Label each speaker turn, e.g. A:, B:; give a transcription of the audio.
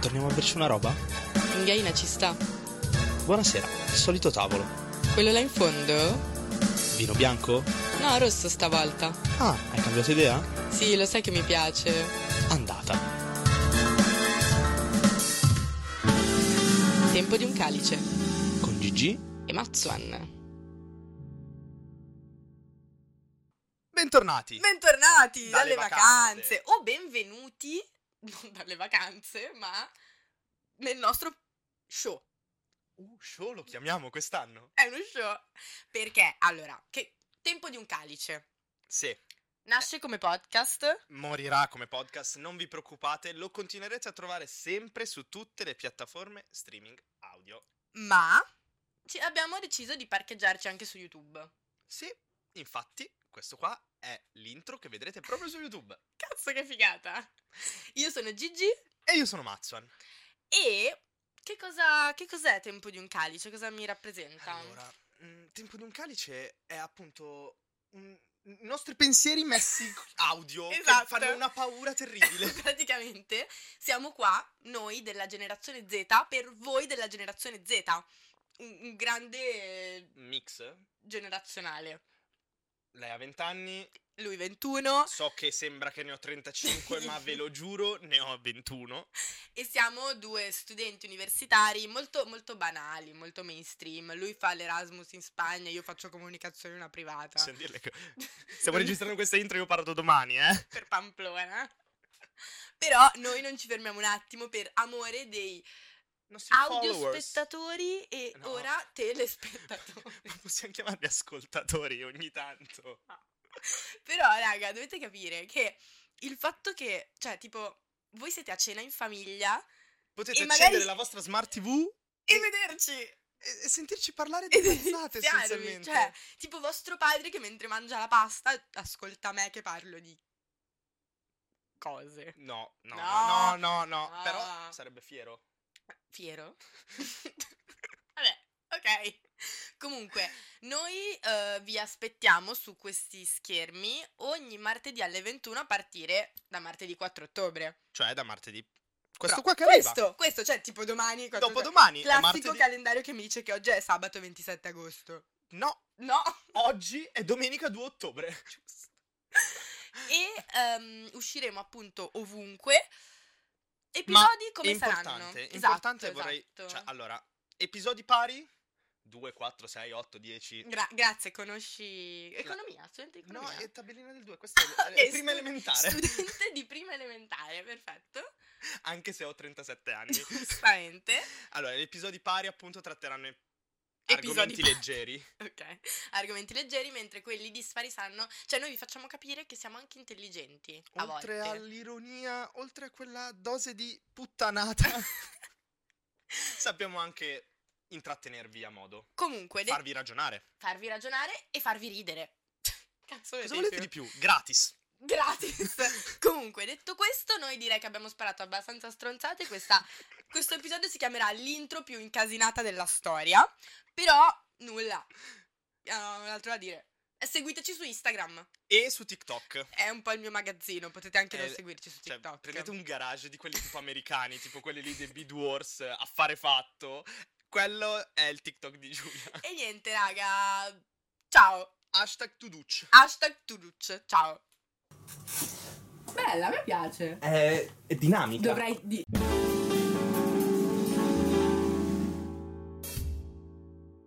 A: torniamo a berci una roba?
B: Inghiaina ci sta.
A: Buonasera, il solito tavolo.
B: Quello là in fondo?
A: Vino bianco?
B: No, rosso stavolta.
A: Ah, hai cambiato idea?
B: Sì, lo sai che mi piace.
A: Andata.
B: Tempo di un calice.
A: Con Gigi?
B: E Mazzuan.
A: Bentornati!
B: Bentornati
A: Dalle
B: dalle, vacanze.
A: vacanze.
B: o benvenuti, non dalle vacanze, ma nel nostro show.
A: Uh, show lo chiamiamo quest'anno?
B: È uno show. Perché? Allora, che Tempo di un calice.
A: Sì.
B: Nasce come podcast.
A: Morirà come podcast, non vi preoccupate, lo continuerete a trovare sempre su tutte le piattaforme streaming audio.
B: ma ci- abbiamo deciso di parcheggiarci anche su YouTube.
A: Sì, infatti, questo qua è l'intro che vedrete proprio su YouTube.
B: Cazzo che figata! Io sono Gigi
A: E io sono Mazzuan.
B: e che, cosa, che cos'è Tempo di un calice? Cosa mi rappresenta?
A: Allora, mm, Tempo di un calice è appunto mm, i nostri pensieri messi audio che
B: Esatto.
A: fanno oh, una paura terribile.
B: Praticamente siamo qua, noi della generazione Z, per voi della generazione Z. Un, un grande eh,
A: Mix,
B: generazionale.
A: lei ha 20 anni,
B: Lui 21
A: so che sembra che ne ho 35, ma ve lo giuro, ne ho 21.
B: e siamo due studenti universitari molto, molto banali, molto mainstream. Lui fa l'Erasmus in Spagna, io faccio comunicazione in una privata.
A: Possiamo dirle che stiamo registrando questa intro io parto domani, eh.
B: per Pamplona. Però noi non ci fermiamo un attimo per amore dei
A: Nostri followers. Eh,
B: audiospettatori e
A: No.
B: ora telespettatori.
A: Ma possiamo chiamarli ascoltatori ogni tanto.
B: Però, raga, dovete capire che il fatto che, cioè, tipo, voi siete a cena in famiglia
A: Potete
B: E magari-
A: accendere la vostra smart TV e,
B: e vederci.
A: e sentirci parlare di
B: E
A: cazzate
B: deliziarvi,
A: essenzialmente.
B: Cioè, tipo vostro padre che mentre mangia la pasta ascolta me che parlo di cose.
A: No, no, no,
B: No.
A: no,
B: Ah.
A: no, no,
B: No.
A: però sarebbe fiero.
B: Fiero? Vabbè, ok. Comunque, noi eh, vi aspettiamo su questi schermi ogni martedì alle 21 a partire da martedì 4 ottobre.
A: Cioè da martedì. Questo qua
B: Però-
A: che arriva.
B: Questo, questo, cioè tipo domani. quattro
A: Dopo
B: ottobre.
A: domani è
B: Classico
A: martedì.
B: calendario che mi dice che oggi è sabato 27 agosto.
A: No,
B: No!
A: oggi è domenica 2 ottobre.
B: e ehm, usciremo appunto ovunque. Episodi
A: Ma
B: come saranno?
A: importante, importante vorrei
B: esatto.
A: cioè allora, episodi pari 2 4 6 8 10
B: Gra- grazie, conosci economia, studente di
A: No,
B: economia.
A: è tabellina del 2, questa è è
B: Ok,
A: prima
B: Mm, Ah, stu-
A: elementare,
B: Studente di prima elementare, perfetto.
A: anche se ho 37 anni.
B: Giustamente.
A: Allora, gli episodi pari appunto tratteranno i-
B: Episodi
A: argomenti
B: pari.
A: leggeri.
B: Ok. Argomenti leggeri, mentre quelli dispari sanno... Cioè, noi vi facciamo capire che siamo anche intelligenti, a
A: Oltre
B: volte.
A: all'ironia, oltre a quella dose di puttanata sappiamo anche intrattenervi a modo,
B: Comunque, de-
A: farvi ragionare.
B: farvi ragionare e farvi ridere. Cazzo,
A: Cosa
B: vedete?
A: volete di più? Gratis.
B: Gratis. Comunque, detto questo, noi direi che abbiamo sparato abbastanza stronzate. Questa- questo episodio si chiamerà l'intro più incasinata della storia. Però, nulla. Abbiamo altro da dire. Eh, Seguiteci su Instagram.
A: E su TikTok.
B: È un po' il mio magazzino. Potete anche
A: Eh,
B: non seguirci su
A: Cioè,
B: TikTok.
A: prendete un garage di quelli tipo americani, tipo quelli lì dei Bid Wars, eh, affare fatto. Quello è il TikTok di Giulia.
B: E niente, raga. Ciao.
A: Hashtag Tuduc.
B: Hashtag Tuduc. Ciao. Bella, mi piace.
A: Eh, È, è dinamica.
B: Dovrei di...